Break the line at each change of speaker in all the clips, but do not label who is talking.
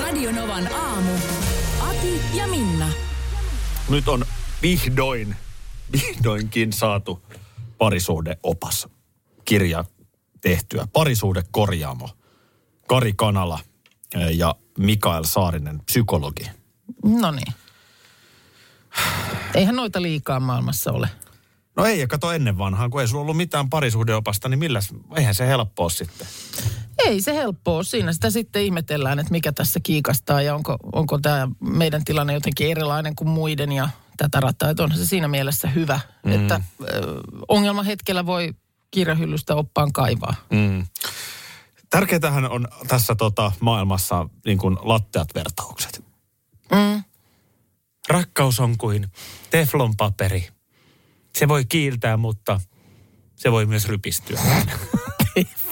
Radionovan aamu. Ati ja Minna.
Nyt on vihdoin, vihdoinkin saatu parisuhdeopas kirja tehtyä. Parisuhdekorjaamo. Kari Kanala eh, ja Mikael Saarinen, psykologi.
No niin. Eihän noita liikaa maailmassa ole.
No ei, ja kato ennen vanhaa, kun ei sulla ollut mitään parisuhdeopasta, niin milläs, eihän se helppoa ole sitten.
Ei se helppoa Siinä sitä sitten ihmetellään, että mikä tässä kiikastaa ja onko, onko tämä meidän tilanne jotenkin erilainen kuin muiden ja tätä rataa. Että onhan se siinä mielessä hyvä, mm. että ö, ongelman hetkellä voi kirjahyllystä oppaan kaivaa.
Mm. Tärkeintähän on tässä tota, maailmassa niin kuin latteat vertaukset.
Mm.
Rakkaus on kuin teflon paperi. Se voi kiiltää, mutta se voi myös rypistyä.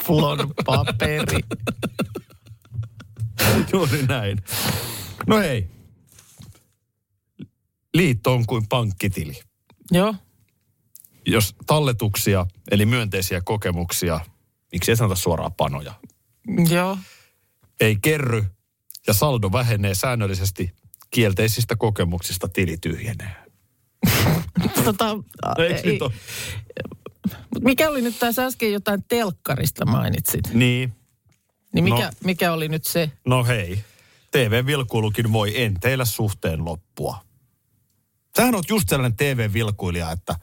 Flon paperi.
Juuri näin. No hei. Liitto on kuin pankkitili.
Joo.
Jos talletuksia, eli myönteisiä kokemuksia, miksi ei sanota suoraan panoja,
Joo.
ei kerry ja saldo vähenee säännöllisesti, kielteisistä kokemuksista tili tyhjenee.
Tota,
No eikö
ei,
nyt ole?
mut mikä oli nyt tässä äsken jotain telkkarista mainitsit?
Niin.
Niin mikä,
No.
no. mikä oli nyt se?
No hei, TV-vilkuilukin voi enteillä suhteen loppua. Sähän oot just sellainen TV-vilkuilija, että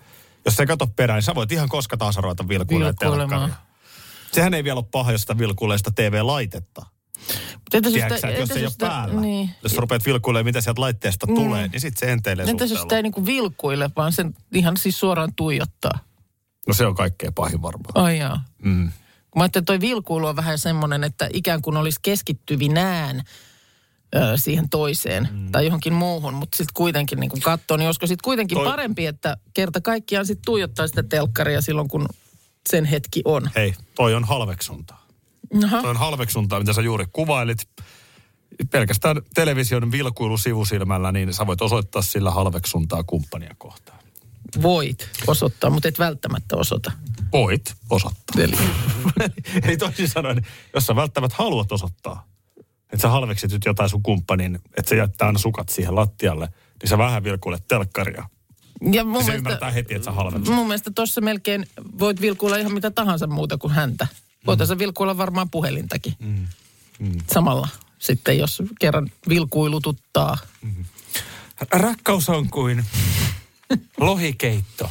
jos sä katot perään, niin sä voit ihan koska taas ruveta vilkuilemaan
Vilkuilemaan.
telkkaria. Sehän ei vielä ole paha, jos sitä vilkuilee sitä TV-laitetta.
Mut Entäs
Tiedätkö
sitä-
sä, että jos
entäs
se ei ole
sitä-
päällä.
Niin. Mm.
Jos sä rupeat vilkuilemaan, mitä sieltä laitteesta tulee, niin sitten se enteilee
Entäs jos sitä
suhteella.
ei niinku vilkuile, vaan sen ihan siis suoraan tuijottaa?
No se on kaikkein pahin varmaan.
Ai jaa. Mm. Kun mä ajattelin, että toi vilkuilu on vähän semmoinen, että ikään kuin olisi keskittyvinään ö, siihen toiseen mm. tai johonkin muuhun, mutta sitten kuitenkin niin kun katsoo, niin olisiko sitten kuitenkin
Toi-
toi... parempi, että kerta kaikkiaan sitten tuijottaa sitä telkkaria silloin, kun sen hetki on.
Hei, toi on halveksuntaa.
Aha.
Toi on halveksuntaa, mitä sä juuri kuvailit. Pelkästään television vilkuilu sivusilmällä, niin sä voit osoittaa sillä halveksuntaa kumppania kohtaan.
Voit osoittaa, mutta et välttämättä osoita.
Voit osoittaa.
Eli
Eli toisin sanoen, jos sä välttämättä haluat osoittaa, että sä halveksit nyt jotain sun kumppanin, että se jättää aina sukat siihen lattialle, niin sä vähän vilkuilet telkkaria.
ja mun
Niin se
mielestä,
ymmärtää heti, että sä halveksit.
mun mielestä tuossa melkein voit vilkuilla ihan mitä tahansa muuta kuin häntä. Voitaisiin sä vilkuilla varmaan puhelintakin. Mm. Mm. Samalla sitten, jos kerran vilkuilututtaa.
Rakkaus on kuin lohikeitto.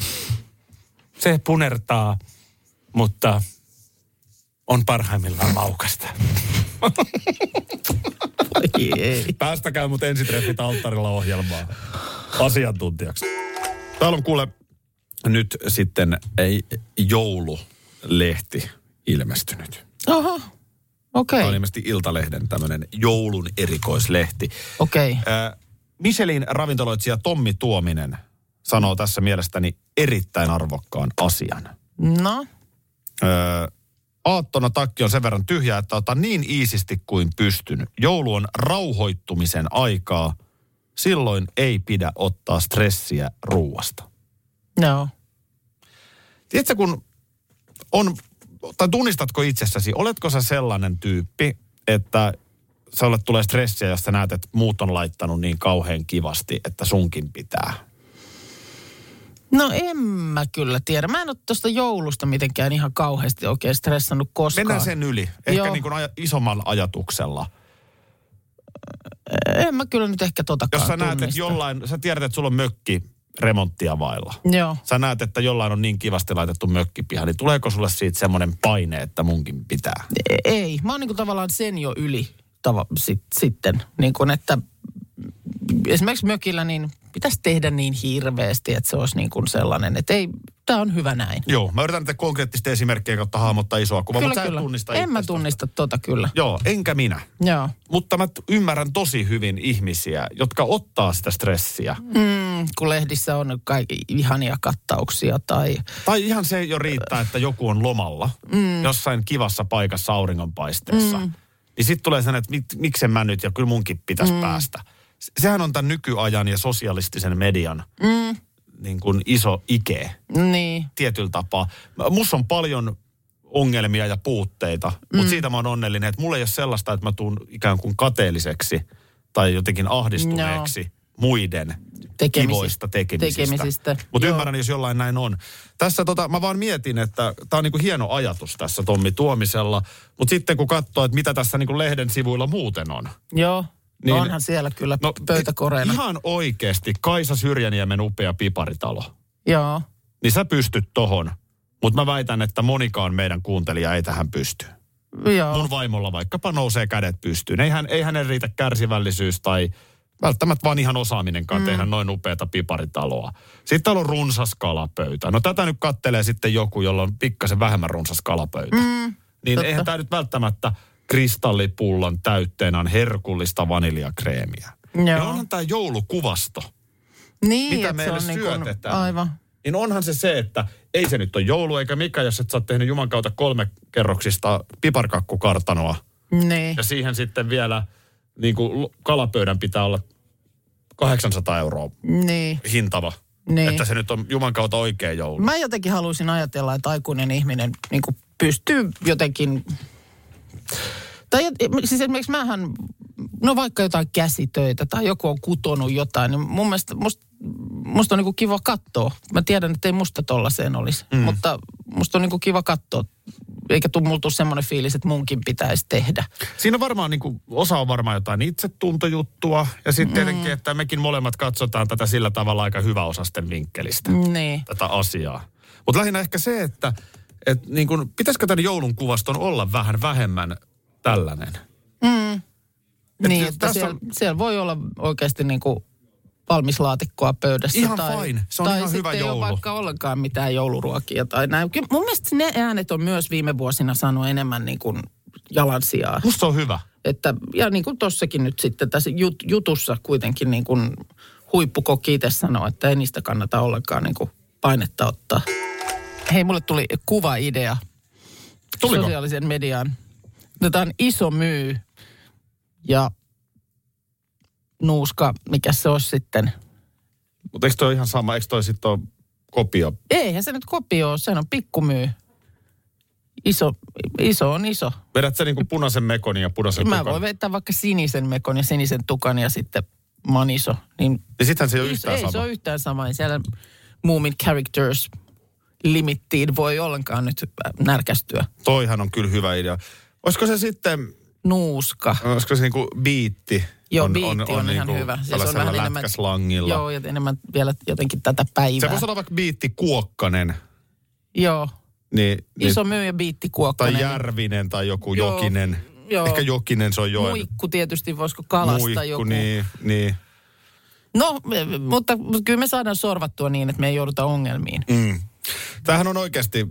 Se punertaa, mutta on parhaimmillaan maukasta.
Voi ei.
Päästäkää mut ensitreffit alttarilla ohjelmaa asiantuntijaksi. Täällä on kuule nyt sitten ei, joululehti ilmestynyt.
Oho, okei.
Tämä on
Okay.
ilmeisesti Iltalehden tämmöinen joulun erikoislehti.
Okei. Okay.
Äh, Michelin ravintoloitsija Tommi Tuominen sanoo tässä mielestäni erittäin arvokkaan asian.
No,
Öö, aattona takki on sen verran tyhjä, että otan niin iisisti kuin pystyn. Joulu on rauhoittumisen aikaa. Silloin ei pidä ottaa stressiä ruuasta.
no.
Tiedätkö, kun on, tai tunnistatko itsessäsi, oletko sä sellainen tyyppi, että sulle tulee stressiä, jos sä näet, että muut on laittanut niin kauhean kivasti, että sunkin pitää.
No en mä kyllä tiedä. Mä en ole tuosta joulusta mitenkään ihan kauheasti oikein stressannut koskaan.
Mennään sen yli, ehkä
Joo.
niin kuin aja, isommalla ajatuksella.
En mä kyllä nyt ehkä totakaan
Jos sä näet, että
tunnista.
jollain, sä tiedät, että sulla on mökki remonttia vailla.
Joo.
Sä näet, että jollain on niin kivasti laitettu mökkipiha, niin tuleeko sulle siitä semmoinen paine, että munkin pitää?
Ei, mä oon niinku tavallaan sen jo yli tava, sit, sitten. Niin kun, että esimerkiksi mökillä niin pitäisi tehdä niin hirveästi, että se olisi niin kuin niinku sellainen, että ei, tämä on hyvä näin.
Joo, mä yritän niitä konkreettisten esimerkkejä kautta hahmottaa isoa kuvaa, mutta sä et tunnista
en mä
itsestä.
tunnista tota kyllä.
Joo, enkä minä.
Joo.
Mutta mä t- ymmärrän tosi hyvin ihmisiä, jotka ottaa sitä stressiä. Mm.
Mm, kun lehdissä on kaikki ihania kattauksia tai...
Tai ihan se jo riittää, että joku on lomalla mm. jossain kivassa paikassa auringonpaisteessa. Mm. Niin sitten tulee sen, että mit, miksen mä nyt ja kyllä munkin pitäisi mm. päästä. Se- Sehän on tämän nykyajan ja sosialistisen median mm. niin kuin iso ike.
Niin.
tietyllä tapaa. Mussa on paljon ongelmia ja puutteita, mm. mutta siitä mä oon onnellinen, että mulla ei ole sellaista, että mä tuun ikään kuin kateelliseksi tai jotenkin ahdistuneeksi
No.
muiden
Tekemisi-
kivoista tekemisistä.
tekemisistä,
Mutta
joo.
ymmärrän, jos jollain näin on. Tässä tota, mä vaan mietin, että tämä on niinku hieno ajatus tässä Tommi Tuomisella, mutta sitten kun katsoo, että mitä tässä niinku lehden sivuilla muuten on.
Joo.
Niin.
Niin. Onhan siellä kyllä no, pöydäkoreena. Ihan...
Ihan oikeasti Kaisa Syrjäniemen upea piparitalo
Joo.
niin sä pystyt tohon. Mutta mä väitän, että monikaan meidän kuuntelija ei tähän pysty.
Joo.
Mun vaimolla vaikkapa nousee kädet pystyyn. Ei, hän, ei hänen riitä kärsivällisyys tai välttämättä vaan ihan osaaminenkaan mm. tehdä noin upeata piparitaloa. Sitten täällä on runsas kalapöytä. No tätä nyt kattelee sitten joku, jolla on pikkasen vähemmän runsas kalapöytä. Mm, niin totta. eihän tämä nyt välttämättä kristallipullon täytteenä on herkullista vaniljakreemiä.
Joo.
Ja onhan tämä joulukuvasto
Niin,
mitä
et
meille
se on Niin
syötetään.
kuin, aivan.
Niin onhan se se, että ei se nyt ole joulu eikä mikä, jos et sä oot tehnyt Juman kautta kolme kerroksista piparkakkukartanoa.
Niin.
Ja siihen sitten vielä niin kuin kalapöydän pitää olla 800 euroa
Niin.
hintava.
Niin.
Että se nyt on Juman kautta oikea joulu.
Mä jotenkin haluaisin ajatella, että aikuinen ihminen niin kuin pystyy jotenkin... Tai jot- siis esimerkiksi mähän, no vaikka jotain käsitöitä tai joku on kutonut jotain, niin mun mielestä musta musta on niinku kiva katsoa. Mä tiedän, että ei musta tollaiseen olisi, mm. mutta musta on niinku kiva katsoa. Eikä tuu mulla tuu semmoinen fiilis, että munkin pitäisi tehdä.
Siinä varmaan niin kuin, osa on varmaan jotain itsetuntojuttua. Ja
Niin.
sitten tietenkin, että mekin molemmat katsotaan tätä sillä tavalla aika hyväosasten vinkkelistä.
Niin.
tätä asiaa. Mutta lähinnä ehkä se, että et niin kun, pitäisikö tämän joulun kuvaston olla vähän vähemmän tällainen?
Et niin,
se-
että
tässä
siellä,
on-
siellä voi olla oikeasti niin kuin valmis laatikkoa pöydässä.
Ihan
tai,
fine. Se on
tai
ihan
sitten
hyvä
ei
joulu.
ole vaikka ollenkaan mitään jouluruokia tai näin. Kyllä mun mielestä ne äänet on myös viime vuosina saanut enemmän niin kuin jalansijaa.
Musta se on hyvä.
Että, ja niin kuin tossakin nyt sitten tässä jut, jutussa kuitenkin niin kuin huippukokki itse sanoo, että ei niistä kannata ollenkaan niin kuin painetta ottaa. Hei, mulle tuli kuvaidea
Tuliko?
sosiaalisen mediaan. Tämä on iso myy ja nuuska, mikä se on sitten.
Mutta eikö toi ole ihan sama? Eikö toi sitten ole kopio?
Eihän se nyt kopio ole, sehän on pikkumyy. Iso, iso on iso.
Vedät sä niinku punaisen mekonin ja punaisen
Mä
tukan?
voin vetää vaikka sinisen mekon ja sinisen tukan ja sitten mä oon iso. Niin
Ja sittenhän se ei ole
iso
yhtään
ei se
sama.
ole yhtään sama. Ei siellä Moomin Characters limittiin voi ollenkaan nyt äh, närkästyä.
Toihan on kyllä hyvä idea. Olisiko se sitten,
Nuuska.
olisiko se niinku biitti?
Joo, on, biitti on, on, ihan hyvä.
Siis
on
tällaisella lätkäslangilla.
Joo, ja enemmän vielä jotenkin tätä päivää.
Se voisi olla vaikka biitti Kuokkanen.
Joo,
Niin,
iso
niin,
myyjä biitti
tai
Kuokkonen.
Järvinen tai joku
Joo,
Jokinen.
joo.
Ehkä Jokinen, se on joen.
Muikku tietysti, voisiko kalasta joku.
niin, niin.
No, me- mutta, mutta kyllä me saadaan sorvattua niin, että me ei jouduta ongelmiin. Mm.
Tämähän on oikeasti,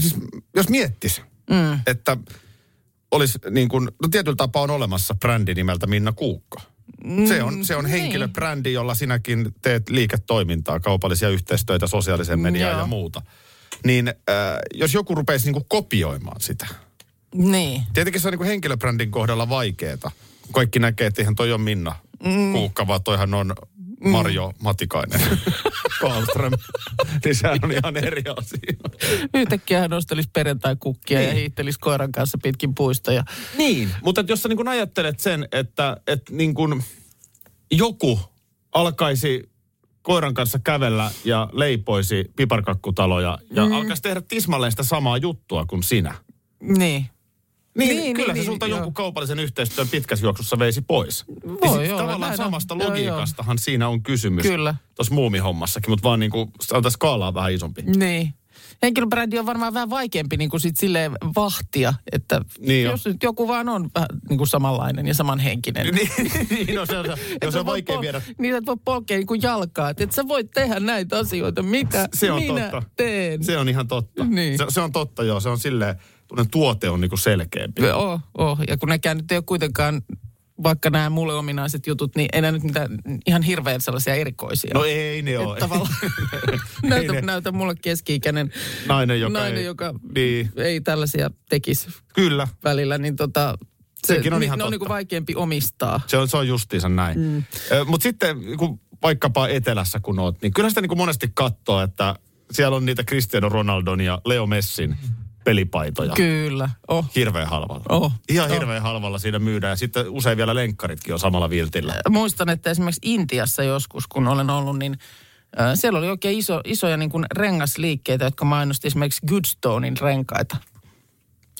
siis jos miettis, mm. että olisi niin kuin, no tietyllä tapaa on olemassa brändi nimeltä Minna Kuukka. Se on, se on
niin.
henkilöbrändi, jolla sinäkin teet liiketoimintaa, kaupallisia yhteistyötä, sosiaalisen mediaa
Joo.
ja muuta. Niin äh, jos joku rupeisi niin kuin kopioimaan sitä.
Niin,
Tietenkin se on niin kuin henkilöbrändin kohdalla vaikeeta. Kaikki näkee, että eihän toi on Minna mm. Kuukka, vaan toihan on Marjo Matikainen. Karlström. niin sehän on ihan eri asia.
yhtäkkiä hän nostelisi perjantai-kukkia niin. ja hiihtelisi koiran kanssa pitkin puistoja.
Niin. Mutta jos sä niin kuin ajattelet sen, että, että niin kuin joku alkaisi koiran kanssa kävellä ja leipoisi piparkakkutaloja ja mm. alkaisi tehdä tismalleen sitä samaa juttua kuin sinä.
Niin.
Niin, niin
Niin,
kyllä
niin,
se
niin,
sulta
joo.
jonkun kaupallisen yhteistyön pitkässä juoksussa veisi pois. Niin
Voi
sit
olla,
tavallaan
näin on.
samasta
Joo, joo.
logiikastahan siinä on kysymys.
Kyllä.
niinku Tuossa muumihommassakin, mutta vaan niin kuin, on tässä skaalaa vähän isompi.
Niin. henkilöbrändi on varmaan vähän vaikeampi niin kuin sit silleen vahtia, että
Niin
jos nyt joku vaan on vähän niin kuin samanlainen ja samanhenkinen.
Niin, niin no se on,
Et
jos
sä
on
voi
vaikea
pol-
viedä.
Niin, että voi polkea niin kuin jalkaa. Että et sä voit tehdä näitä asioita, mitä
Se on
minä
totta.
teen.
Se on ihan totta.
Niin.
Se, se on totta, joo. Se on silleen, tuollainen tuote on niinku selkeämpi.
Oh, oh. Ja kun näkään nyt ei ole kuitenkaan, vaikka nämä mulle ominaiset jutut, niin ei nää nyt mitään ihan hirveän sellaisia erikoisia.
No ei ne
Että
ole.
tavallaan
Ei
näytä,
ne.
näytä mulle keski-ikäinen
Nainen, joka
nainen,
ei-
joka
Niin.
ei tällaisia tekisi
Kyllä.
välillä, niin tota,
Sekin on
ni-
ihan
ne on
totta.
niinku vaikeampi omistaa.
Se on, se on justiinsa näin. Mm. Mutta sitten kun vaikkapa etelässä kun oot, niin kyllä sitä niin kuin monesti katsoo, että siellä on niitä Cristiano Ronaldon ja Leo Messin pelipaitoja.
Kyllä. Oh.
Hirveän halvalla.
Oh.
Ihan hirveän halvalla siinä myydään. Ja sitten usein vielä lenkkaritkin on samalla viltillä.
muistan, että esimerkiksi Intiassa joskus, kun olen ollut, niin äh, siellä oli oikein iso, isoja niin kuin rengasliikkeitä, jotka mainosti esimerkiksi Goodstonein renkaita.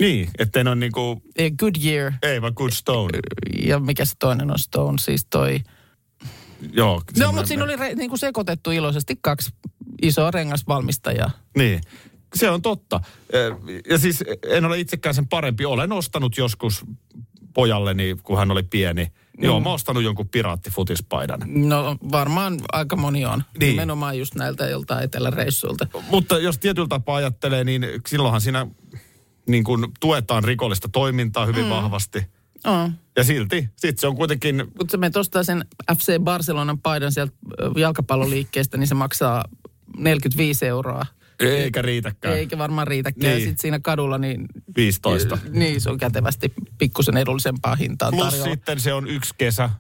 Niin, ettei ne on niin kuin,
Ei, Goodyear
ei vaan good stone.
ja mikä se toinen on Stone, siis toi.
Joo.
No,
semmoinen-
mutta siinä oli re, niin kuin sekoitettu iloisesti kaksi isoa rengasvalmistajaa.
Niin, se on totta. Ö, Ja siis en ole itsekään sen parempi. Olen ostanut joskus pojalleni, kun hän oli pieni. Mm. Joo, mä oon ostanut jonkun piraattifutispaidan.
No varmaan aika moni on.
Niin. Oh.
Nimenomaan just näiltä joltain eteläreissuilta.
Mutta jos tietyllä tapaa ajattelee, niin silloinhan siinä niin kun tuetaan rikollista toimintaa hyvin mm. vahvasti.
Oh.
Ja silti, sit se on kuitenkin,
Mutta sä menet ostaa sen FC Barcelonan paidan sieltä ö, jalkapalloliikkeestä, niin se maksaa 45 euroa.
eikä riitäkään, eikä.
Eikä varmaan riitäkään.
Niin.
Niin. Sitten siinä kadulla niin,
15.
niin se on kätevästi pikkusen edullisempaa hintaan
Plus
tarjolla.
sitten se on yksi kesä,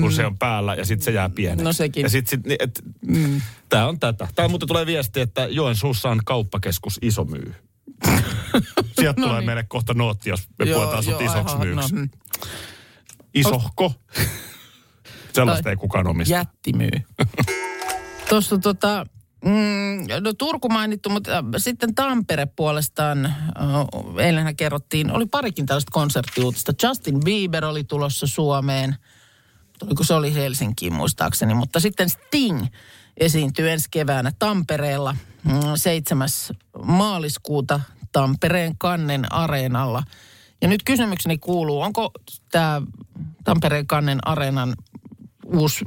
kun mm. se on päällä ja sitten se jää pieneksi.
No sekin.
Ja sit, sit, niin, et, mm. Tää on tätä. Tää muuten tulee viesti, että Joensuussa on kauppakeskus iso myy. Sieltä no tulee niin. meille kohta nootti, jos me joo, puetaan sut isoksi
aha,
myyksi. No.
mm.
Isohko? Sellaista
Tai-
ei kukaan omista.
Jätti myy. Tuossa tota, mm, no Turku mainittu, mutta äh, sitten Tampere puolestaan, äh, eilenhän kerrottiin, oli parikin tällaista konserttiuutista. Justin Bieber oli tulossa Suomeen, oliko se oli Helsinkiin muistaakseni, mutta sitten Sting esiintyy ensi keväänä Tampereella mm, 7. maaliskuuta Tampereen kannen areenalla. Ja nyt kysymykseni kuuluu, onko tämä Tampereen kannen areenan uusi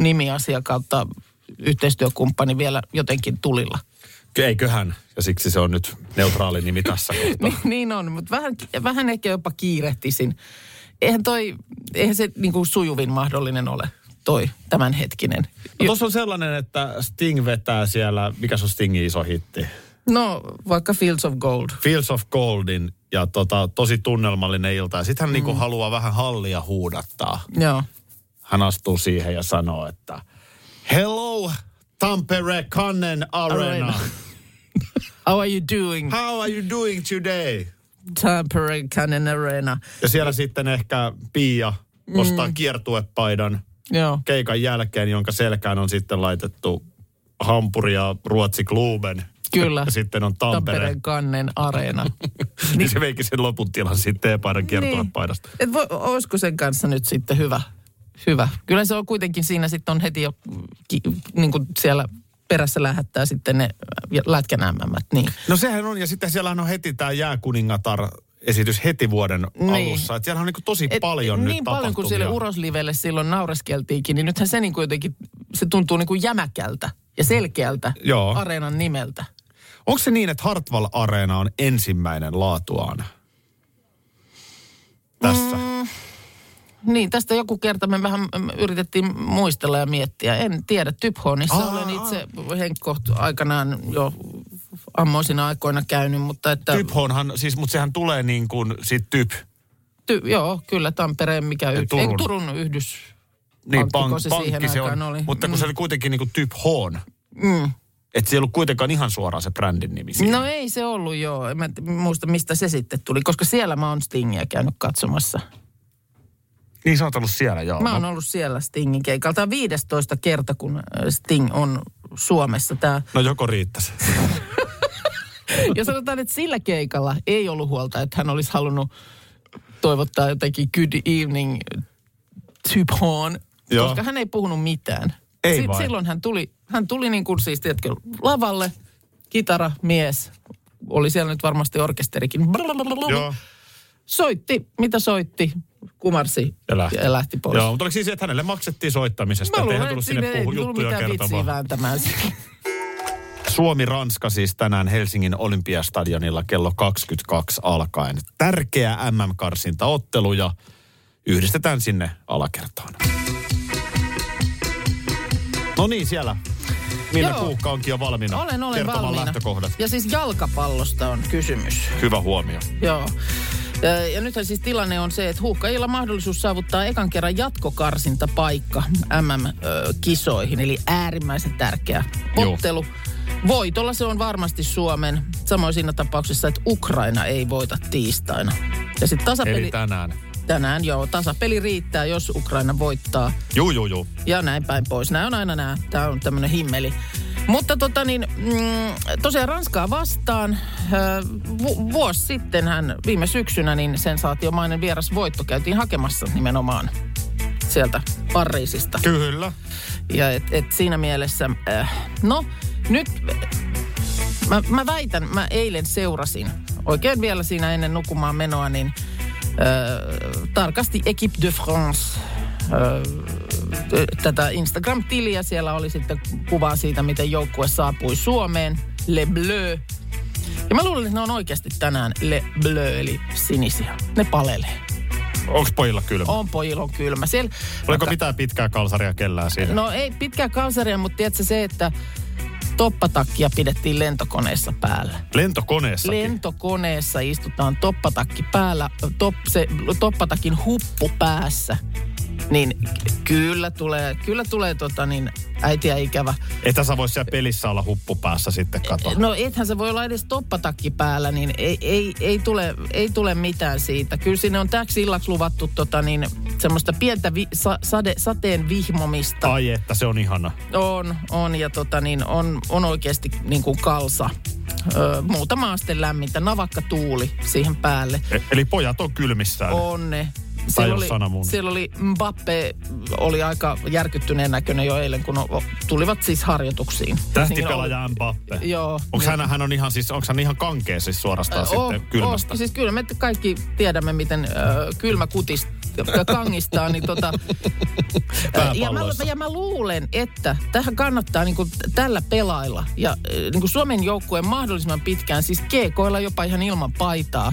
nimiasia kautta yhteistyökumppani vielä jotenkin tulilla.
Eiköhän. Ja siksi se on nyt neutraali nimi tässä kohtaa.
Ni, niin on, mutta vähän, vähän ehkä jopa kiirehtisin. Eihän, toi, eihän se niin kuin sujuvin mahdollinen ole toi tämänhetkinen.
No, Tuossa on sellainen, että Sting vetää siellä, mikä se on Stingin iso hitti?
No, vaikka Fields of Gold.
Fields of Goldin ja tota, tosi tunnelmallinen ilta. Ja sitten hän mm. niinku haluaa vähän hallia huudattaa.
Joo.
Hän astuu siihen ja sanoo, että Hello Tampere Kannen Arena.
Arena. How are you doing,
How are you doing today?
Tampere Cannon Arena?
Ja siellä sitten ehkä Pia ostaa
Mm.
kiertuepaidan
Joo.
keikan jälkeen, jonka selkään on sitten laitettu Hampuri ja Ruotsi Kluben.
Kyllä.
Ja sitten on Tampere. Tampere.
Tampereen kannen areena.
Niin se veikin sen lopun tilan sitten
Niin.
E-paidan kiertuepaidasta.
Et voi, olisiko sen kanssa nyt sitten hyvä? Hyvä. Kyllä se on kuitenkin siinä sitten on heti jo ki, niin kuin siellä perässä lähettää sitten ne äh, lätkänämmämmät. Niin.
No sehän on, ja sitten siellä on heti tämä jääkuningatar esitys heti vuoden niin.
Niin.
alussa. Et siellä on niinku tosi
Et,
paljon nyt
Niin paljon kuin sille
tapahtumia.
uroslivelle silloin naureskeltiinkin, niin nythän se niin kuin jotenkin, se tuntuu niin kuin jämäkältä ja selkeältä
Joo.
areenan nimeltä.
Onko se niin, että Hartwall Areena on ensimmäinen laatuaan tässä? Mm.
Niin, tästä joku kerta me vähän mm, yritettiin muistella ja miettiä. En tiedä, Typhonissa
Aa,
olen itse Henkko aikanaan jo ammoisina aikoina käynyt, mutta että...
Typhonhan, siis, mutta sehän tulee niin kuin sit typ,
Ty, joo, kyllä Tampereen mikä... Yh,
Turun.
Turun. Ei, Turun yhdys.
niin
Pankkiko
pank,
se
pankki
siihen
se on,
aikaan oli?
mutta kun
Mm.
se oli kuitenkin niin kuin typ Hon. Mm. Että se ei ollut kuitenkaan ihan suoraan se brändin nimi siinä.
No ei se ollut joo. En mä t- muista, mistä se sitten tuli, koska siellä mä oon Stingiä käynyt katsomassa.
Niin sä oot ollut siellä, joo. No,
Mä oon ollut siellä Stingin keikalla. Tämä on 15 kerta, kun äh, Sting on Suomessa. Tää.
No joko riittäisi.
Ja sanotaan, että sillä keikalla ei ollut huolta, että hän olisi halunnut toivottaa jotenkin good evening typhoon,
Joo.
koska hän ei puhunut mitään.
Ei
Si-
vai?
silloin hän tuli, hän tuli niin kuin siis, tiedätkö, lavalle, kitaramies, oli siellä nyt varmasti orkesterikin,
Joo.
soitti, mitä soitti, kumarsi
Ja lähti.
ja lähti pois.
Joo, mutta oliko siis, että hänelle maksettiin soittamisesta?
Mä
että ei hän
luulen,
tullut
että
sinne
sinne ei
puhu
tullut
juttuja
mitään vitsiä
kertomaan.
vääntämään.
Suomi-Ranska siis tänään Helsingin olympiastadionilla kello 22 alkaen. Tärkeä MM-karsintaottelu ja yhdistetään sinne alakertaan. No niin, siellä. Minna
Joo.
Kuukka onkin jo valmiina
Olen, olen
kertomaan
valmiina.
lähtökohdat.
Ja siis jalkapallosta on kysymys.
Hyvä huomio.
Joo. Ö, Ja nythän siis tilanne on se, että huuhkajilla on mahdollisuus saavuttaa ekan kerran jatkokarsintapaikka MM-kisoihin, eli äärimmäisen tärkeä
Joo.
ottelu. Voitolla se on varmasti Suomen, samoin siinä tapauksessa, että Ukraina ei voita tiistaina. Ja sitten
Eli
tasapeli
tänään.
tänään, joo, tasapeli riittää, jos Ukraina voittaa
Juu, juu, juu.
ja näin päin pois. Nämä on aina nämä. Tämä on tämmöinen himmeli. Mutta tota niin, mm, tosiaan Ranskaa vastaan. Ö, vu- vuosi sitten hän viime syksynä, niin sensaatiomainen vieras voitto käytiin hakemassa nimenomaan sieltä Pariisista.
Kyllä.
Ja et, et siinä mielessä, äh, no nyt mä, mä väitän, mä eilen seurasin, oikein vielä siinä ennen nukumaan menoa, niin äh, tarkasti Equipe de France äh, t- tätä Instagram-tiliä. Siellä oli sitten kuvaa siitä, miten joukkue saapui Suomeen. Le Bleu. Ja mä luulen, että ne on oikeasti tänään Le Bleu, eli sinisiä. Ne palelee.
Onks pojilla kylmä?
On pojilla on kylmä. Siellä,
Oliko mitään pitkää kalsaria kellään siinä?
No ei pitkää kalsaria, mutta tiedätkö se, että toppatakkia pidettiin lentokoneessa päällä.
Lentokoneessakin.
Lentokoneessa istutaan toppatakki päällä, top, se, toppatakin huppu päässä. Niin k- kyllä tulee, kyllä tulee tota niin, äitiä ikävä.
Että sä vois siellä pelissä olla huppu päässä sitten kato.
No ethän se voi olla edes toppatakki päällä, niin ei, ei, ei, tule, ei tule mitään siitä. Kyllä sinne on täksi illaksi luvattu tota niin, semmoista pientä vi, sa, sade, sateen vihmomista.
Ai että se on ihana.
On, on ja tota niin, on, on oikeasti niin kuin kalsa. Ö, muutama aste lämmintä, navakka tuuli siihen päälle.
E- Eli pojat on kylmissään.
Onne.
jos sana mun.
siellä oli Mbappe, oli aika järkyttyneen näköinen jo eilen, kun o, o- tulivat siis harjoituksiin.
Tähtipelaaja Mbappe.
Niin oli- Joo.
Onko hän, hän on ihan siis, onko hän ihan kankea siis suorastaan
Oh,
sitten kylmästä?
Oh, siis kyllä me kaikki tiedämme, miten ö, kylmä kutis kangistaa, niin tota,
Vähän
ja, mä,
palloissa.
ja mä luulen, että tähän kannattaa niin kuin tällä pelailla ja ö, niin kuin Suomen joukkueen mahdollisimman pitkään, siis keekoilla jopa ihan ilman paitaa,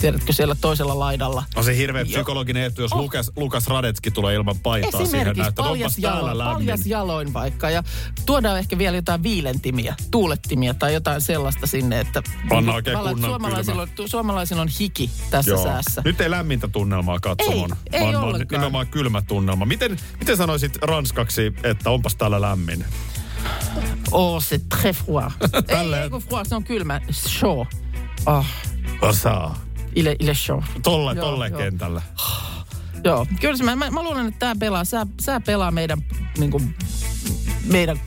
tiedätkö siellä toisella laidalla.
On se hirveä
Joo.
psykologinen etu, jos Lukas, Lukas Radetski tulee ilman paitaa siihen
Esimerkiksi
näyttämään. Onpas
paljas
täällä
jaloin,
lämmin.
paljas jaloin vaikka ja tuodaan ehkä vielä jotain viilentimiä, tuulettimiä tai jotain sellaista sinne, että
Panna oikein
Mä luulen, että
kunnon
suomalaisilla, on- suomalaisilla on hiki tässä
Joo.
säässä.
Nyt ei lämmintä tunnelmaa katsomon,
Ei, ei
vaan, vaan
ollenkaan.
nimenomaan kylmä tunnelma. Miten, miten sanoisit ranskaksi, että onpas täällä lämmin?
Oh, c'est très froid. Eh, ei,
Tälleen.
ei kun froid, se on kylmä. Chaud. Ah,
Osaa.
il est, il est chaud.
Tolle,
Joo,
tolle
joo.
kentällä.
Joo, kyllä se- mä, mä, mä luulen, että tämä pelaa. Sä, sä pelaa meidän, niin kuin, meidän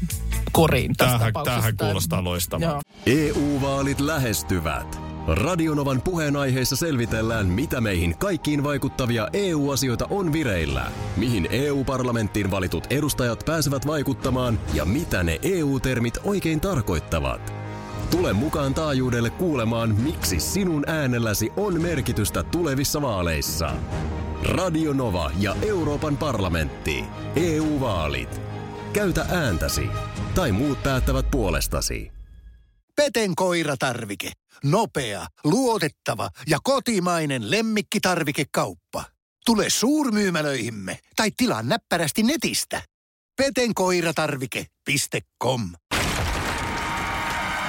koriin tässä
Tämähän,
tapauksessa.
tämähän
Tää-
kuulostaa loistavalta.
Joo.
EU-vaalit E lähestyvät. Radionovan puheenaiheessa selvitellään, mitä meihin kaikkiin vaikuttavia EU-asioita on vireillä, mihin EU-parlamenttiin valitut edustajat pääsevät vaikuttamaan ja mitä ne EU-termit oikein tarkoittavat. Tule mukaan taajuudelle kuulemaan, miksi sinun äänelläsi on merkitystä tulevissa vaaleissa. Radio Nova ja Euroopan parlamentti. EU-vaalit. Käytä ääntäsi. Tai muut päättävät puolestasi.
Peten koiratarvike. Nopea, luotettava ja kotimainen lemmikkitarvikekauppa. Tule suurmyymälöihimme tai tilaa näppärästi netistä. petenkoiratarvike.com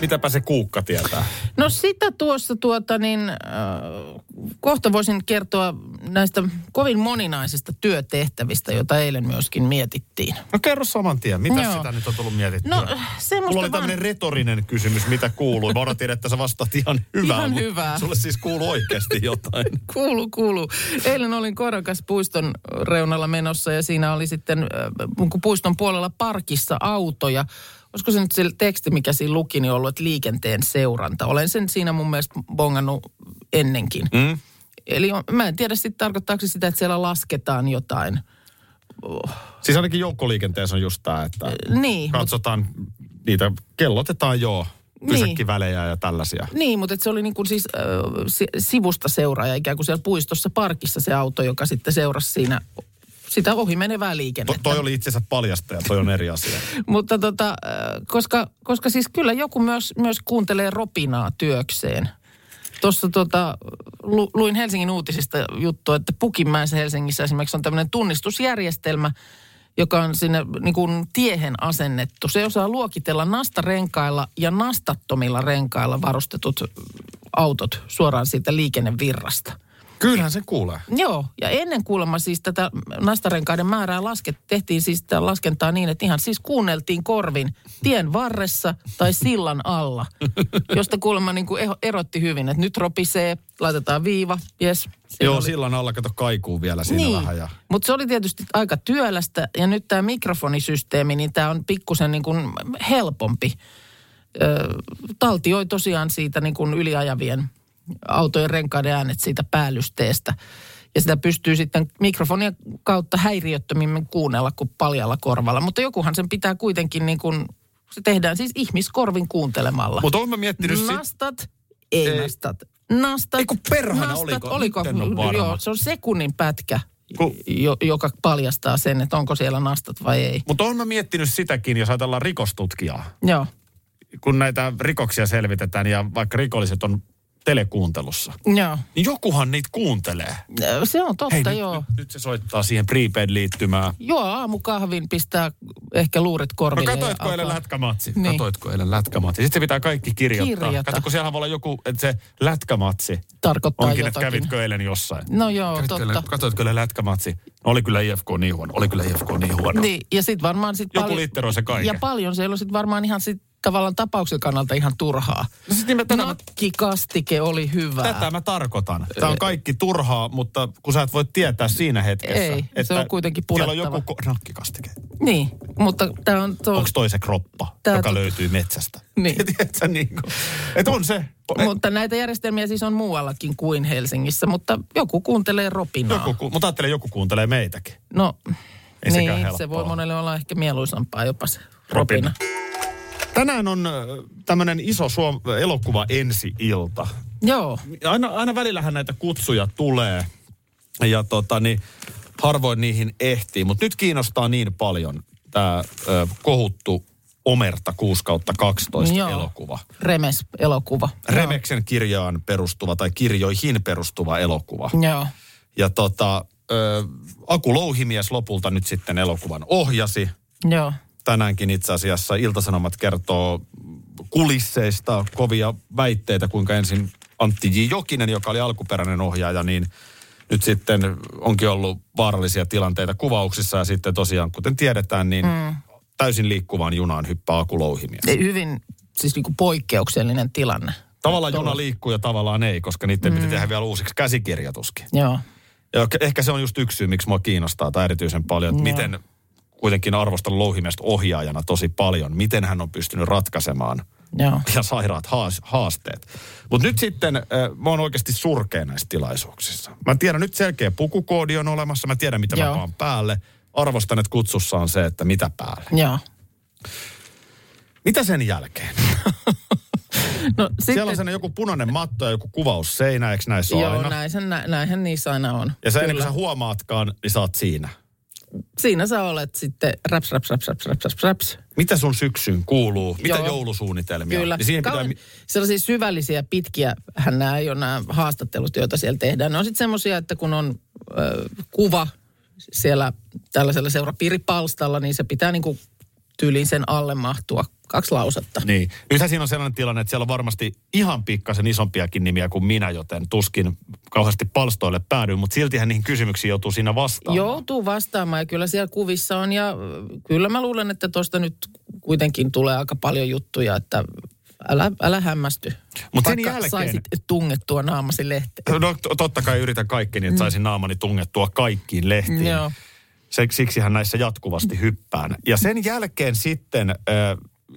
Mitäpä se kuukka tietää?
No sitä tuossa tuota niin, äh, kohta voisin kertoa näistä kovin moninaisista työtehtävistä, joita eilen myöskin mietittiin.
No kerro saman tien. Mitä
Joo.
sitä nyt on tullut mietittyä?
No semmoista
Mulla oli
vaan-
tämmöinen retorinen kysymys, mitä kuuluu. Mä odotin, että sä vastaat ihan hyvää.
Ihan
mut
hyvää.
Sulle siis kuuluu oikeasti jotain.
Kuulu, kuulu. Eilen olin Korakaspuiston reunalla menossa ja siinä oli sitten äh, kun puiston puolella parkissa autoja. Olisiko se nyt se teksti, mikä siinä luki, niin ollut, että liikenteen seuranta. Olen sen siinä mun mielestä bongannut ennenkin. Mm. Eli on, mä en tiedä sitten tarkoittaako se sitä, että siellä lasketaan jotain.
Siis ainakin joukkoliikenteessä on just tämä, että
Niin, mut-
katsotaan niitä, kellotetaan joo, pysäkkivälejä ja tällaisia.
Niin, mutta et se oli niin kuin siis äh, si- sivusta seuraaja, ikään kuin siellä puistossa parkissa se auto, joka sitten seurasi siinä sitä ohi menevää
To,
liikennettä.
toi oli itsensä paljastaja, toi on eri asia.
Mutta tota, äh, koska, koska siis kyllä joku myös, myös kuuntelee ropinaa työkseen. Tuossa tota, lu, luin Helsingin uutisista juttua, että Pukinmäessä Helsingissä esimerkiksi on tämmöinen tunnistusjärjestelmä, joka on sinne niin kuin tiehen asennettu. Se osaa luokitella nastarenkailla ja nastattomilla renkailla varustetut autot suoraan siitä liikennevirrasta.
Kyllähän se kuulee.
Joo, ja ennen kuulemma siis tätä nastarenkaiden määrää lasket, tehtiin siis tätä laskentaa niin, että ihan siis kuunneltiin korvin tien varressa tai sillan alla, josta kuulemma niin kuin eho- erotti hyvin, että nyt ropisee, laitetaan viiva, jes. siinä
joo,
oli. Niin.
sillan alla kato kaikuu vielä siinä vähän. Ja...
Mutta se oli tietysti aika työlästä ja nyt tämä mikrofonisysteemi, niin tämä on pikkusen niin kuin helpompi. Ö, taltioi tosiaan siitä niin kuin yliajavien autojen renkaiden äänet siitä päällysteestä. Ja sitä pystyy sitten mikrofonien kautta häiriöttömimmin kuunnella kuin paljalla korvalla. Mutta jokuhan sen pitää kuitenkin niin kuin, se tehdään siis ihmiskorvin kuuntelemalla.
Mutta olen mä miettinyt sit...
Nastat, ei,
Ei.
nastat. Nastat,
Ei kun perhana,
nastat,
oliko?
oliko
Nyt en oo varma.
joo, se on sekunnin pätkä,
Ku-
jo, joka paljastaa sen, että onko siellä nastat vai ei.
Mutta olen mä miettinyt sitäkin, jos ajatellaan rikostutkijaa.
Joo,
kun näitä rikoksia selvitetään ja vaikka rikolliset on telekuuntelussa,
joo.
niin jokuhan niitä kuuntelee.
Se on totta,
nyt,
joo.
nyt, nyt se soittaa siihen No prepaid-liittymään.
Joo, aamukahvin pistää ehkä luuret
No
korville.
katoitko
ja
eilen
alkaa-
lätkämatsi?
Niin.
Katoitko eilen lätkämatsi? Sitten se pitää kaikki kirjoittaa.
Kirjata.
Kato, kun siellä voi olla joku, että se lätkämatsi
Tarkoittaa
onkin, että
jotakin.
kävitkö eilen jossain.
No joo,
kävitkö
totta.
Eilen, katoitko eilen lätkämatsi? No, Oli kyllä IFK niin huono, oli kyllä IFK niin huono.
Niin, ja sitten varmaan sit
Joku
paljon-
litteroi se kaiken.
Ja paljon siellä on sitten varmaan ihan sit tavallaan tapauksen kannalta ihan turhaa.
No sit nimen- tätä, mä,
Nakkikastike oli hyvä.
tätä mä tarkoitan. Tämä on kaikki turhaa, mutta kun sä et voi tietää siinä hetkessä.
Ei, se on kuitenkin
Siellä on
purettava.
joku ko- nakkikastike.
Niin, mutta tämä on... tuo-
onko toi se kroppa,
Tää
joka
tot-
löytyy metsästä.
Niin.
Tiedätkö, niin kuin, et on se. Mut,
Mutta näitä järjestelmiä siis on muuallakin kuin Helsingissä, mutta joku kuuntelee ropinaa.
joku, ku- mutta ajattelen, joku kuuntelee meitäkin.
No,
Ei sekään
niin,
helppoa
se voi
ole.
monelle olla ehkä mieluisampaa jopa se
Ropina.
ropina.
Tänään on tämmöinen iso suom- elokuva ensi ilta.
Joo,
Aina, aina välillähän näitä kutsuja tulee. Ja tota, niin, harvoin niihin ehtii. Mutta nyt kiinnostaa niin paljon tämä kohuttu Omerta 6 kautta 12
Joo.
elokuva.
Remes-elokuva.
Remeksen kirjaan perustuva tai kirjoihin perustuva elokuva.
Joo. Joo.
Ja tota, ö, Aku Louhimies lopulta nyt sitten elokuvan ohjasi.
Joo.
Tänäänkin itse asiassa Iltasanomat kertoo kulisseista kovia väitteitä, kuinka ensin Antti J. Jokinen, joka oli alkuperäinen ohjaaja, niin nyt sitten onkin ollut vaarallisia tilanteita kuvauksissa ja sitten tosiaan, kuten tiedetään, niin mm. täysin liikkuvaan junaan hyppää Aku Louhimies.
Ei, Hyvin siis niinku poikkeuksellinen tilanne.
Tavallaan juna liikkuu ja tavallaan ei, koska niiden mm. piti tehdä vielä uusiksi käsikirjoituskin.
Joo.
Ja ehkä- ehkä se on just yksi syy, miksi mua kiinnostaa tai erityisen paljon, että miten kuitenkin arvostan Louhimiestä ohjaajana tosi paljon. Miten hän on pystynyt ratkaisemaan
Joo.
ja sairaat haas, haasteet. Mutta nyt sitten äh, mä oon oikeasti surkea näissä tilaisuuksissa. Mä tiedän nyt selkeä pukukoodi on olemassa, mä tiedän mitä Joo.
Joo.
mä vaan päälle. Arvostan, että kutsussa on se, että mitä päälle.
Joo.
Mitä sen jälkeen? Sitten...
No,
Siellä
sitten,
on sen joku punainen matto ja joku kuvaus seinä, eikö näissä ole
joo,
aina?
näinhän, nä, näinhän niissä aina on.
Ja sä ennen
Kyllä.
kuin sä huomaatkaan, niin sä oot siinä.
Siinä sä olet sitten raps, raps, raps, raps, raps, raps, raps.
Mitä sun syksyyn kuuluu? Mitä
Joo.
joulusuunnitelmia? on?
Kyllä.
Niin siihen pitää...
Kauan, Sellaisia syvällisiä, pitkiä, hän nämä ei ole nämä haastattelut, joita siellä tehdään. Ne on sitten semmoisia, että kun on ö, kuva siellä tällaisella seurapiiripalstalla, niin se pitää niinku tyyliin sen alle mahtua kaksi lausetta.
Niin. Nythän siinä on sellainen tilanne, että siellä on varmasti ihan pikkasen isompiakin nimiä kuin minä, joten tuskin kauheasti palstoille päädyin, mutta siltihän niihin kysymyksiin joutuu siinä vastaan.
Joutuu vastaamaan ja kyllä siellä kuvissa on ja ö, kyllä mä luulen, että tuosta nyt kuitenkin tulee aika paljon juttuja, että älä, älä hämmästy.
Mut sen
Vaikka
jälkeen-
saisit tungettua naamasi lehteen.
No to- totta kai yritän kaikki, niin että saisin naamani tungettua kaikkiin lehtiin.
Mm. Joo.
Se, siksihän näissä jatkuvasti hyppään. Ja sen jälkeen sitten äh,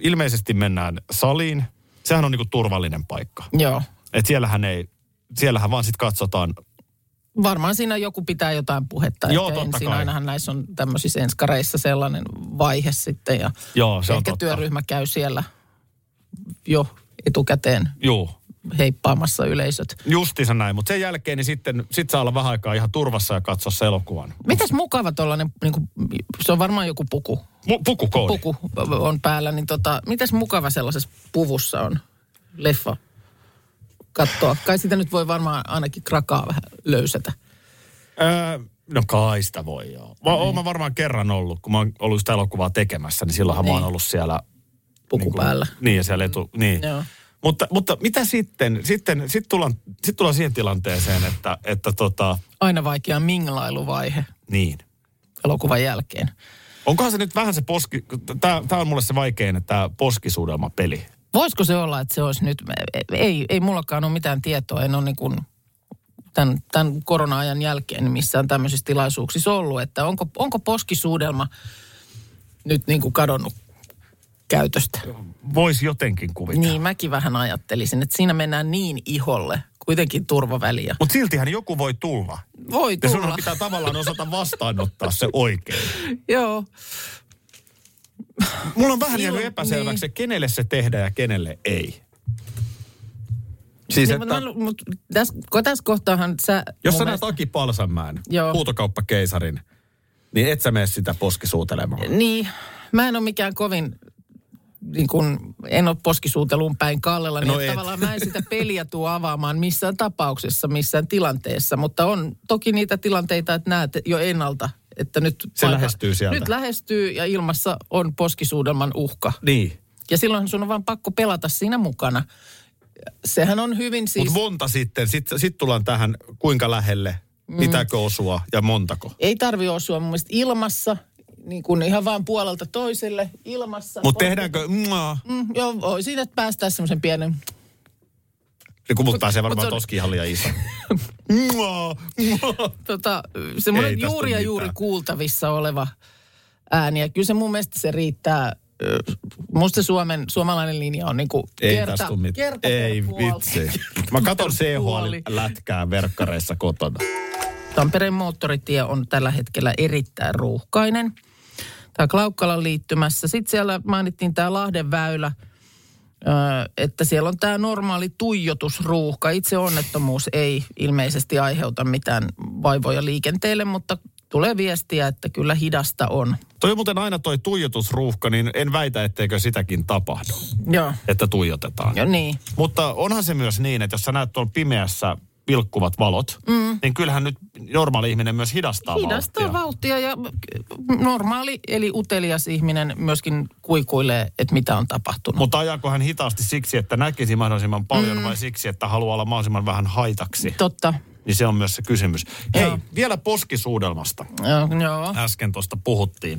ilmeisesti mennään saliin. Sehän on niinku turvallinen paikka.
Joo.
Et siellähän ei, siellähän vaan sitten katsotaan.
Varmaan siinä joku pitää jotain puhetta.
Joo,
että
totta
ensin
kai.
ainahan näissä on tämmöisissä enskareissa sellainen vaihe sitten ja
Joo, se on
ehkä
totta.
työryhmä käy siellä jo etukäteen
Joo,
heippaamassa yleisöt.
justiinsa näin. Mutta sen jälkeen niin sitten sit saa olla vähän aikaa ihan turvassa ja katsoa se elokuvan.
Mitäs mukava tuollainen, niin kuin, se on varmaan joku puku,
Mu- pukukoodi.
puku on päällä, niin tota, mitäs mukava sellaisessa puvussa on leffa katsoa? Kai sitä nyt voi varmaan ainakin krakaa vähän löysätä.
Öö, no kai sitä voi joo. Va-
Niin.
Oon mä varmaan kerran ollut, kun mä oon ollut sitä elokuvaa tekemässä, niin silloinhan niin. mä oon
Niin.
ollut siellä.
Puku
niin kuin-
päällä.
Niin ja siellä etu, niin.
joo.
Mutta, mutta mitä sitten? Sitten sit tullaan, sit tullaan siihen tilanteeseen, että, että tota,
Aina vaikea minglailuvaihe
niin.
elokuvan jälkeen.
Onkohan se nyt vähän se poski, tää, tää on mulle se vaikein, tämä poskisuudelmapeli.
Voisiko se olla, että se olisi nyt, ei, ei mullakaan ole mitään tietoa, en ole niin kuin tämän, tämän korona-ajan jälkeen niin missään tämmöisissä tilaisuuksissa ollut, että onko, onko poskisuudelma nyt niin kuin kadonnut käytöstä.
Voisi jotenkin kuvitella.
Niin, mäkin vähän ajattelisin, että siinä mennään niin iholle, kuitenkin turvaväliä.
Mutta siltihän joku voi tulla.
Voi
Ja sun
tulla,
pitää tavallaan osata vastaanottaa se oikein.
joo.
siis Mulla on vähän
Joo,
jäänyt epäselväksi,
niin.
niin. kenelle se tehdään ja kenelle ei.
Siis
Siis
että...
että,
mä, Niin, mut tässä, kun tässä kohtaahan sä...
jos
mun
sä näet
mielestä-
Aki Palsanmäen,
Joo.
huutokauppakeisarin, niin et sä mene sitä poskisuutelemaan.
Niin, mä en ole mikään kovin, niin kun, en ole poskisuuteluun päin kallella, niin
No
että
et.
tavallaan mä en sitä peliä tuu avaamaan missään tapauksessa, missään tilanteessa, mutta on toki niitä tilanteita, että näet jo ennalta, että nyt...
Se lähestyy sieltä.
Nyt lähestyy ja ilmassa on poskisuudelman uhka.
Niin.
Ja silloin sun on vaan pakko pelata siinä mukana. Sehän on hyvin siis...
Mutta monta sitten, sitten sit tullaan tähän kuinka lähelle, mm. pitääkö osua ja montako.
Ei tarvi osua mun mielestä ilmassa, niin kuin ihan vaan puolelta toiselle ilmassa.
Mutta tehdäänkö, mua,
Mm, joo, voi siinä päästään semmoisen pienen...
niin kun mut pääsee
mut
varmaan
se on-
toski ihan liian iso. Mua, mua.
Tota,
Ei
semmoinen
tästä
juuri ja
mitään.
juuri kuultavissa oleva ääni. Ja kyllä se mun mielestä se riittää. Ö, Musta Suomen, suomalainen linja on niinku
Ei
kerta,
tästä tule mitään.
kerta per
Ei
puoli.
vitsi. Mä katon
Per puoli.
CHL-lätkää verkkareissa kotona.
Tampereen moottoritie on tällä hetkellä erittäin ruuhkainen. Tämä Klaukkalan liittymässä. Sitten siellä mainittiin tämä Lahden väylä, ö, että siellä on tämä normaali tuijotusruuhka. Itse onnettomuus ei ilmeisesti aiheuta mitään vaivoja liikenteelle, mutta tulee viestiä, että kyllä hidasta on.
Toi on muuten aina toi tuijotusruuhka, niin en väitä, etteikö sitäkin tapahdu,
Joo.
että tuijotetaan.
Ja niin.
Mutta onhan se myös niin, että jos sä näet tuolla pimeässä vilkkuvat valot, mm. niin kyllähän nyt normaali ihminen myös hidastaa,
Hidastaa vauhtia ja normaali eli utelias ihminen myöskin kuikuilee, että mitä on tapahtunut.
Mutta ajaako hän hitaasti siksi, että näkisi mahdollisimman paljon mm. vai siksi, että haluaa olla mahdollisimman vähän haitaksi?
Totta.
Niin se on myös se kysymys. Hei,
Joo.
vielä poskisuudelmasta.
Joo, Joo.
äsken tuosta puhuttiin.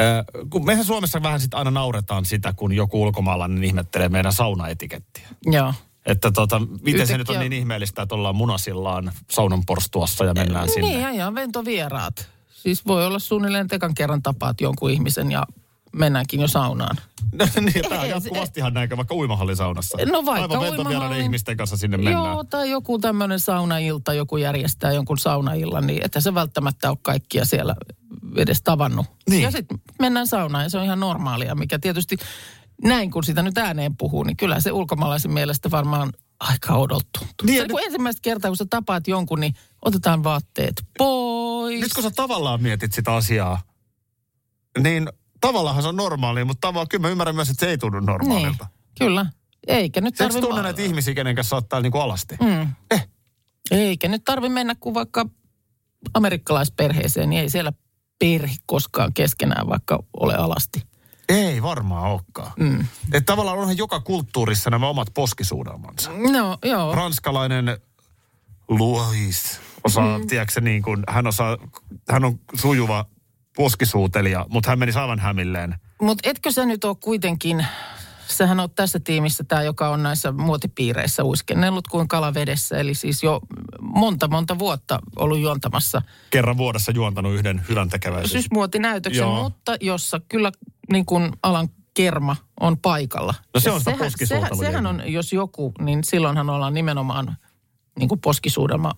Ö, kun mehän Suomessa vähän sitten aina nauretaan sitä, kun joku ulkomaalainen ihmettelee meidän saunaetikettiä.
Joo.
Että tota, miten se
Yhtäkkiä-
nyt on niin ihmeellistä, että ollaan munasillaan saunan porstuassa ja mennään sinne.
Niin, ja ihan ventovieraat. Siis voi olla suunnilleen tekan kerran tapaat jonkun ihmisen ja mennäänkin jo saunaan.
niin, tämä on
Ei,
jatkuvastihan näinkö vaikka uimahallin saunassa.
No vaikka
Aivan ventovieraiden
uimahallin.
ihmisten kanssa sinne No, mennään.
Joo, tai joku tämmöinen saunailta, joku järjestää jonkun saunaillan, niin että se välttämättä ole kaikkia siellä edes tavannut.
Niin.
Ja sitten mennään saunaan ja se on ihan normaalia, mikä tietysti näin kun sitä nyt ääneen puhuu, niin kyllä se ulkomaalaisen mielestä varmaan aika odottu.
Niin, ja
Niin, se, kun ensimmäistä kertaa, kun sä tapaat jonkun, niin otetaan vaatteet pois.
Nyt kun sä tavallaan mietit sitä asiaa, niin tavallaan se on normaali, mutta tavallaan kyllä mä ymmärrän myös, että se ei tunnu normaalilta. Niin.
Kyllä. Eikä nyt
Siksi
tarvitse...
tunnen näitä ihmisiä, kenen kanssa sä oot täällä niinku alasti.
Mm. Eh. Eikä nyt tarvi mennä kuin vaikka amerikkalaisperheeseen, niin ei siellä perhe koskaan keskenään vaikka ole alasti.
Ei varmaan olekaan. Mm. Että tavallaan onhan joka kulttuurissa nämä omat poskisuudelmansa.
No, joo.
ranskalainen Louis osaa, mm. tiedätkö, se niin kuin, hän, osaa, hän on sujuva poskisuutelija, mutta hän meni aivan hämilleen.
Mutta etkö sä nyt ole kuitenkin, sähän on tässä tiimissä tämä, joka on näissä muotipiireissä uiskennellut kuin kala vedessä. Eli siis jo monta, monta vuotta ollut juontamassa
Kerran vuodessa juontanut yhden hyvän tekeväisyyden.
syysmuotinäytöksen,
Joo.
mutta jossa kyllä niin kuin alan kerma on paikalla.
No se on
Ja
sitä
sehän, sehän,
poskisuutelujengua.
sehän on, jos joku, niin silloinhan ollaan nimenomaan niin kuin poskisuudelma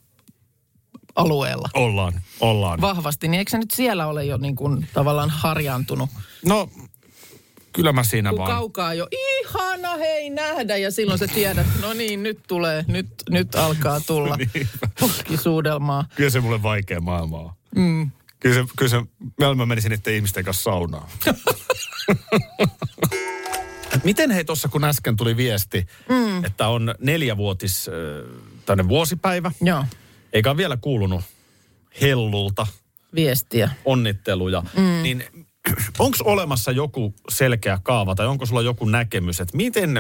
alueella
Ollaan, ollaan. Va-
vahvasti, niin eikö se nyt siellä ole jo niin kuin tavallaan harjaantunut?
no, kyllä mä siinä
Kun
vaan.
kaukaa jo, ihana hei nähdä, ja silloin sä tiedät, no niin, nyt tulee, nyt, nyt alkaa tulla
Niin.
poskisuudelmaa.
Kyllä se mulle vaikea maailma on. Mm. Kyllä se, kyllä se mä- mä menisin niiden ihmisten kanssa saunaan. Miten hei tuossa, kun äsken tuli viesti, mm. että on neljävuotis äh, tänne vuosipäivä,
Joo,
eikä ole vielä kuulunut hellulta
viestiä.
onnitteluja, mm. niin onko olemassa joku selkeä kaava tai onko sulla joku näkemys, että miten,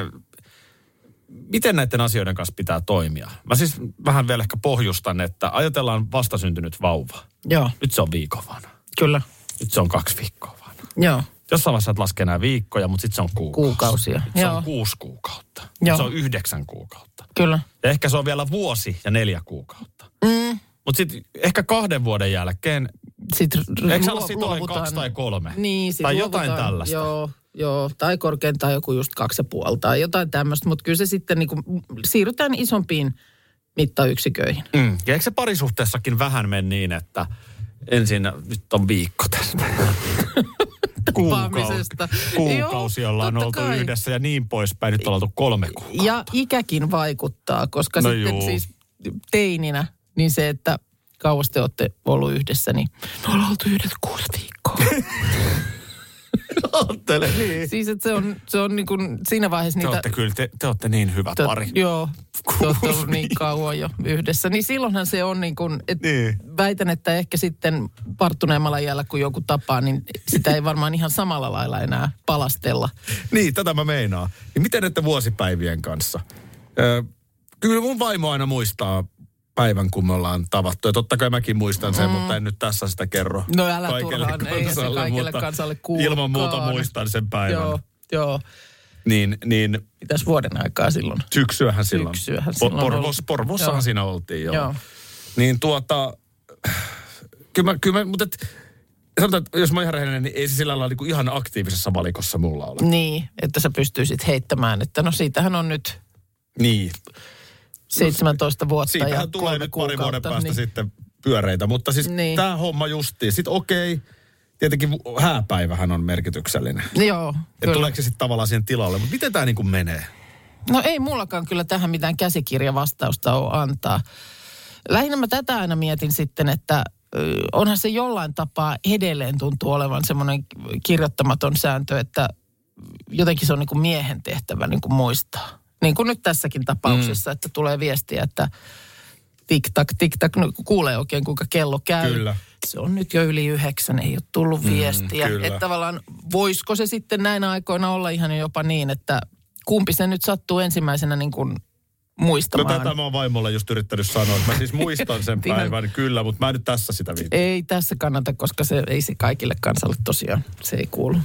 miten näiden asioiden kanssa pitää toimia? Mä siis vähän vielä ehkä pohjustan, että ajatellaan vastasyntynyt vauva.
Joo,
Nyt se on viikon vanha.
kyllä.
Nyt se on kaksi viikkoa vanha.
Joo,
Jossain vaiheessa et laske enää viikkoja, mutta sitten se on kuukausi.
Kuukausia,
Nyt se
joo.
on kuusi kuukautta. Nyt
Joo.
se on yhdeksän kuukautta.
kyllä.
Ja ehkä se on vielä vuosi ja neljä kuukautta. Mm. Mutta sitten ehkä kahden vuoden jälkeen,
Sitten r-
eikö se
luo-
ole sit ole
luovutaan.
kaksi tai kolme?
Niin, sit
tai jotain
luovutaan.
tällaista.
Joo, joo, tai korkeintaan joku just kaksi ja puoli tai jotain tämmöistä, mutta kyllä se sitten niin kuin, siirrytään isompiin mittayksiköihin.
Mm. Ja eikö se parisuhteessakin vähän mene niin, että ensin nyt on viikko tästä.
Tapaamisesta.
Kuukausi
Joo,
ollaan
totta
oltu
kai.
yhdessä ja niin poispäin. Nyt ollaan oltu kolme kuukautta.
Ja ikäkin vaikuttaa, koska
No
no sitten
juu.
juu. siis teininä, niin se, että kauas te olette ollut yhdessä, niin me ollaan oltu yhdessä kuusi viikkoa.
Ajattele niin.
siis että se on, se on niin kuin siinä vaiheessa
Te
Siis niitä...
olette kyllä, te, te olette niin hyvä
Tot-
pari.
Joo, te olette ollut niin
viikkoa.
kauan jo yhdessä. Niin silloinhan se on niin kuin, et
Niin.
väitän, että ehkä sitten parttuneemmalla iällä, kun joku tapaa, niin sitä ei varmaan ihan samalla lailla enää palastella.
Niin, tätä mä meinaan. Niin miten näiden vuosipäivien kanssa? Ö, kyllä mun vaimo aina muistaa päivän, kun me ollaan tavattu. Ja totta kai mäkin muistan sen, mm. mutta en nyt tässä sitä kerro.
No älä turhaan, eihän se kaikelle
mutta
kansalle
Ilman muuta
kuulukaan.
muistan sen päivän.
Joo, joo.
Niin, niin
Mitäs vuoden aikaa silloin?
syksyähän silloin.
Syksyähän
Po-
silloin
Porvos,
oli.
Porvossahan
Joo.
siinä oltiin, joo. joo.
Joo.
Niin tuota, kyllä mä, kyllä mä mutta et, sanotaan, että jos mä oon ihan rehellinen, niin ei se sillä lailla niinku ihan aktiivisessa valikossa mulla ole.
Niin, että sä pystyisit heittämään, että no siitähän on nyt
Niin.
17 vuotta ja
Siitähän tulee
kolme
nyt parin
kuukautta.
vuoden päästä
niin,
sitten pyöreitä, mutta siis niin.
Niin.
tämä homma justiin. Sitten okei, tietenkin vu- hääpäivähän on merkityksellinen.
Niin Joo,
Että
kyllä.
tuleeko se sitten tavallaan siihen tilalle, mutta miten tämä niinku menee?
No ei mullakaan kyllä tähän mitään käsikirjavastausta ole antaa. Lähinnä mä tätä aina mietin sitten, että ö, onhan se jollain tapaa edelleen tuntuu olevan semmoinen kirjoittamaton sääntö, että jotenkin se on niin kuin miehen tehtävä niin kuin muistaa. Niin kuin nyt tässäkin tapauksessa, mm. että tulee viestiä, että tik-tak, tik-tak, no, kun kuulee oikein kuinka kello käy.
Kyllä. No
Se on nyt jo yli yhdeksän, ei ole tullut viestiä.
Mm, kyllä.
että tavallaan voisiko se sitten näinä aikoina olla ihan jopa niin, että kumpi se nyt sattuu ensimmäisenä niin kuin
No
muistamaan.
tätä mä oon vaimolle just yrittänyt sanoa, että mä siis muistan sen
Ihan-
päivän kyllä, mutta mä en nyt tässä sitä viittaa.
Ei tässä kannata, koska se ei se kaikille kansalle tosiaan, se ei kuulu.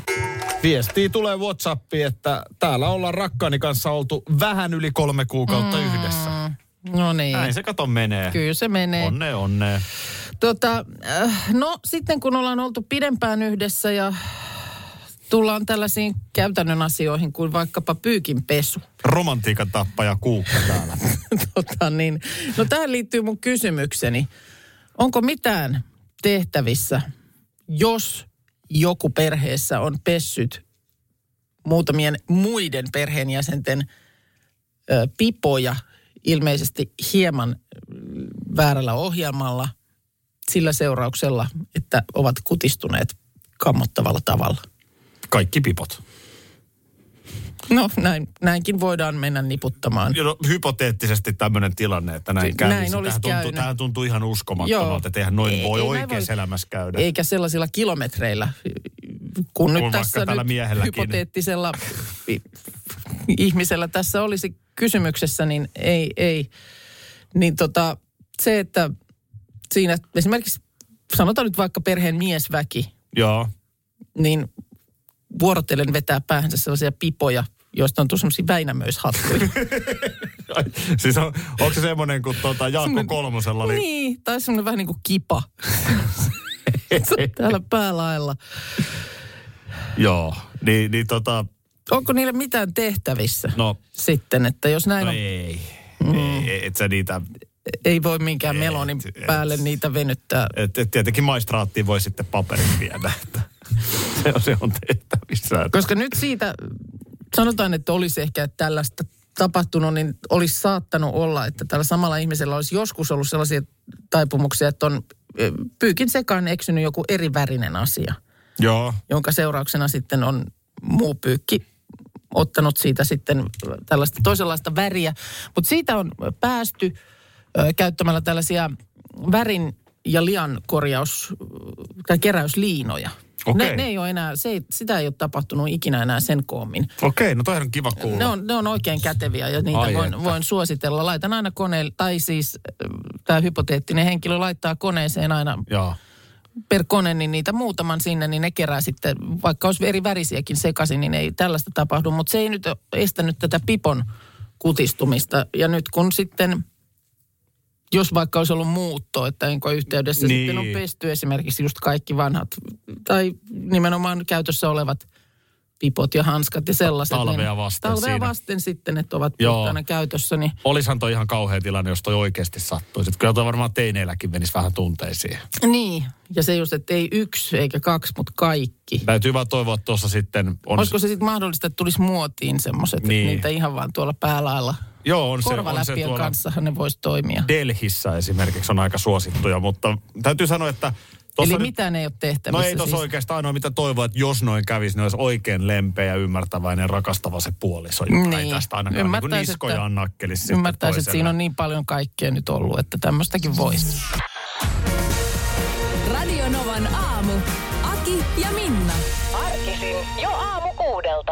Viestiä tulee Whatsappiin, että täällä ollaan rakkaani kanssa oltu vähän yli kolme kuukautta mm. yhdessä.
No niin,
Näin se kato menee.
kyllä se menee.
Onne, onne.
Tota, äh, no sitten kun ollaan oltu pidempään yhdessä ja tullaan tällaisiin käytännön asioihin kuin vaikkapa pyykinpesu.
Romantiikan tappaja kuukka täällä.
Tota, niin, no tähän liittyy mun kysymykseni. Onko mitään tehtävissä, jos joku perheessä on pessyt muutamien muiden perheenjäsenten ö, pipoja ilmeisesti hieman ö, väärällä ohjelmalla sillä seurauksella, että ovat kutistuneet kammottavalla tavalla?
Kaikki pipot.
Mm. No näin, näinkin voidaan mennä niputtamaan.
No, hypoteettisesti tämmöinen tilanne, että näin
Ti-
kävisi.
näin olisi
tähän, tuntuu,
käynyt.
tähän tuntuu ihan uskomattomalta,
Joo.
että eihän noin
Ei-
voi
ei näin
oikeassa
voi.
elämässä käydä.
Eikä sellaisilla Niin. kilometreillä kun nyt
Kun vaikka
tässä
tällä
nyt
miehelläkin. niin-
hypoteettisella i- ihmisellä tässä olisi kysymyksessä, niin ei, ei. Niin tota, se, että siinä esimerkiksi sanotaan nyt vaikka perheen miesväki,
Joo.
niin vuorotellen vetää päähänsä sellaisia pipoja, joista on tullut sellaisia Väinämöishattuja.
Ai, Siis on, onko se semmoinen kuin tuota, Jaakko
Semmoinen-
Kolmosella? Niin,
Niin, tai semmoinen vähän niin kuin kipa. Se on Täällä päälailla.
Joo. Niin, niin tota,
Onko niille mitään tehtävissä
no,
sitten, että jos näin
no
on,
ei.
Mm.
ei. Et sä niitä,
ei voi minkään melonin
et.
päälle niitä venyttää.
et, et tietenkin maistraattiin voi sitten paperin viedä, että se on, se on tehtävissä. että-
Koska nyt siitä, sanotaan, että olisi ehkä tällaista tapahtunut, niin olisi saattanut olla, että tällä samalla ihmisellä olisi joskus ollut sellaisia taipumuksia, että on ö, pyykin sekaan eksynyt joku eri värinen asia,
Joo.
jonka seurauksena sitten on muu pyykki ottanut siitä sitten tällaista toisenlaista väriä. Mutta siitä on päästy ö, käyttämällä tällaisia värin ja lian korjaus- tai keräysliinoja.
Okei.
Ne, ne ei ole enää, se ei, sitä ei ole tapahtunut ikinä enää sen koommin.
Okei, no toihan on kiva kuulla.
Ne on, ne on oikein käteviä ja niitä
Ai
voin,
että.
voin suositella. Laitan aina koneelle, tai siis tämä hypoteettinen henkilö laittaa koneeseen aina
Joo.
per kone, niin niitä muutaman sinne, niin ne kerää sitten, vaikka olisi eri värisiäkin sekaisin, niin ei tällaista tapahdu. Mutta se ei nyt ole estänyt tätä pipon kutistumista. Ja nyt kun sitten, jos vaikka olisi ollut muutto, että enkä yhteydessä
Niin.
niin. sitten on pesty esimerkiksi just kaikki vanhat, tai nimenomaan käytössä olevat pipot ja hanskat ja sellaiset. niin
Talvea vasten
Talvea
siinä.
vasten sitten, että ovat
Joo.
puhtaana käytössä, niin
Olisahan toi ihan kauhea tilanne, jos toi oikeasti sattuisi. Et Kyllä toi varmaan teineilläkin menisi vähän tunteisiin.
Niin, ja se just, että ei yksi eikä kaksi, mutta kaikki.
Täytyy vaan toivoa, että tuossa sitten on...
Olisiko se sitten mahdollista, että tulisi muotiin semmoiset,
Niin.
niin. niitä ihan vaan tuolla päälailla.
Joo, on se, on se
Korvaläppien
tuolla
kanssahan ne voisi toimia.
Delhissä esimerkiksi on aika suosittuja, mutta täytyy sanoa, että...
Eli
tossa nyt-
mitään ei ole tehtävissä
No ei tuossa
siis.
siis... oikeastaan ainoa mitä toivoa, että jos noin kävisi, niin olisi oikein lempeä ja ymmärtäväinen rakastava se puoliso, joka niin. ei
Niin.
tästä ainakaan niin kuin
Ymmärtäis,
niskoja
että-
annakkelisi sitten
Ymmärtäisi, että
toiselle.
siinä on niin paljon kaikkea nyt ollut, että tämmöistäkin voisi.
Radio Novan aamu. Aki ja Minna.
Arkisin jo aamu kuudelta.